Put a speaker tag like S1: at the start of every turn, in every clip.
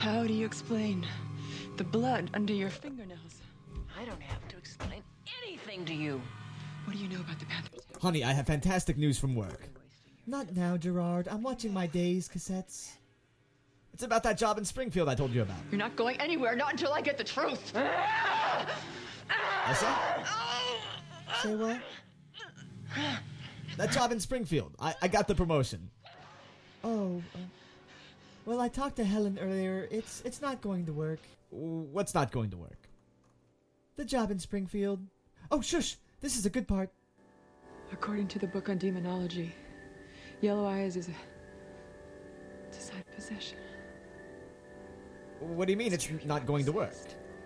S1: How do you explain the blood under your fingernails?
S2: I don't have to explain anything to you.
S1: What do you know about the Panthers?
S3: Honey, I have fantastic news from work. Not now, Gerard. I'm watching my days cassettes. It's about that job in Springfield I told you about.
S1: You're not going anywhere, not until I get the truth.
S3: Essa? Say what? That job in Springfield. I, I got the promotion.
S4: Oh, uh, well, I talked to Helen earlier. It's it's not going to work.
S3: What's not going to work?
S4: The job in Springfield. Oh, shush! This is a good part.
S1: According to the book on demonology, Yellow Eyes is a, it's a side possession.
S3: What do you mean it's not going to work?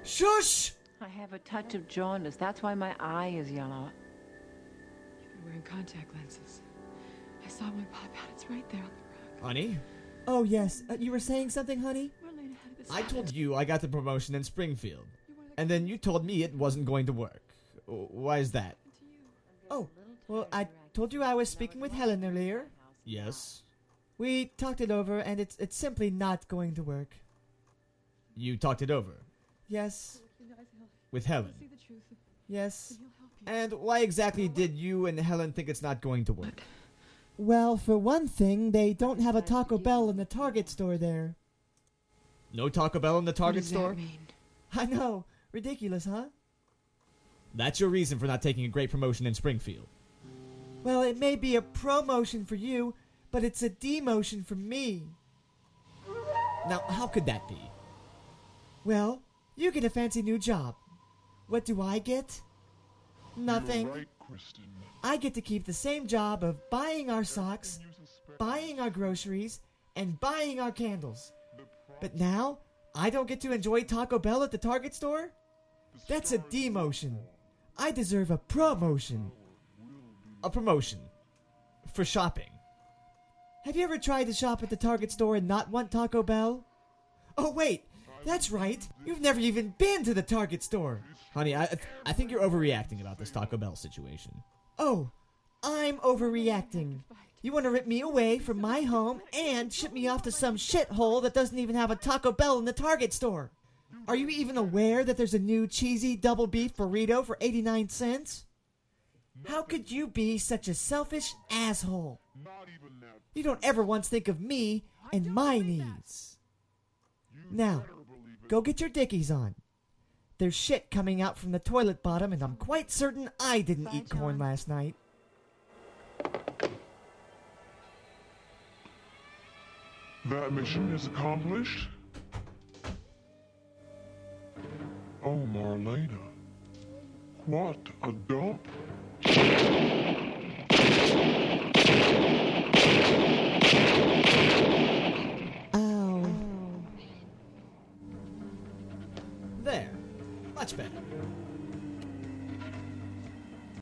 S4: Shush!
S2: I have a touch of jaundice. That's why my eye is yellow.
S1: I've been wearing contact lenses. I saw one pop out. It's right there on the rock.
S3: Honey,
S4: Oh yes, uh, you were saying something, honey.
S1: We're late ahead of this.
S3: I told you I got the promotion in Springfield. And then you told me it wasn't going to work. Why is that?
S4: Oh, well, I told you I was speaking with Helen earlier.
S3: Yes.
S4: We talked it over, and it's it's simply not going to work.
S3: You talked it over
S4: Yes,
S3: with Helen.
S1: the truth.
S4: yes.
S3: And why exactly did you and Helen think it's not going to work?
S4: Well, for one thing, they don't have a Taco Bell in the Target store there.
S3: No Taco Bell in the
S1: What
S3: Target
S1: does
S3: store?
S1: that mean?
S4: I know, ridiculous, huh?
S3: That's your reason for not taking a great promotion in Springfield.
S4: Well, it may be a promotion for you, but it's a demotion for me.
S3: Now, how could that be?
S4: Well, you get a fancy new job. What do I get? Nothing.
S5: You're right, Kristen.
S4: I get to keep the same job of buying our socks, buying our groceries, and buying our candles. But now, I don't get to enjoy Taco Bell at the Target store? That's a demotion. I deserve a promotion.
S3: A promotion. For shopping.
S4: Have you ever tried to shop at the Target store and not want Taco Bell? Oh, wait, that's right. You've never even been to the Target store.
S3: Honey, I, I think you're overreacting about this Taco Bell situation.
S4: Oh, I'm overreacting. You want to rip me away from my home and ship me off to some shithole that doesn't even have a Taco Bell in the Target store? Are you even aware that there's a new cheesy double beef burrito for 89 cents? How could you be such a selfish asshole? You don't ever once think of me and my needs. Now, go get your dickies on. There's shit coming out from the toilet bottom, and I'm quite certain I didn't eat corn last night.
S5: That mission is accomplished. Oh, Marlena. What a dump.
S4: Ow.
S3: There. Much better.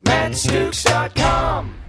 S6: MattStukes.com.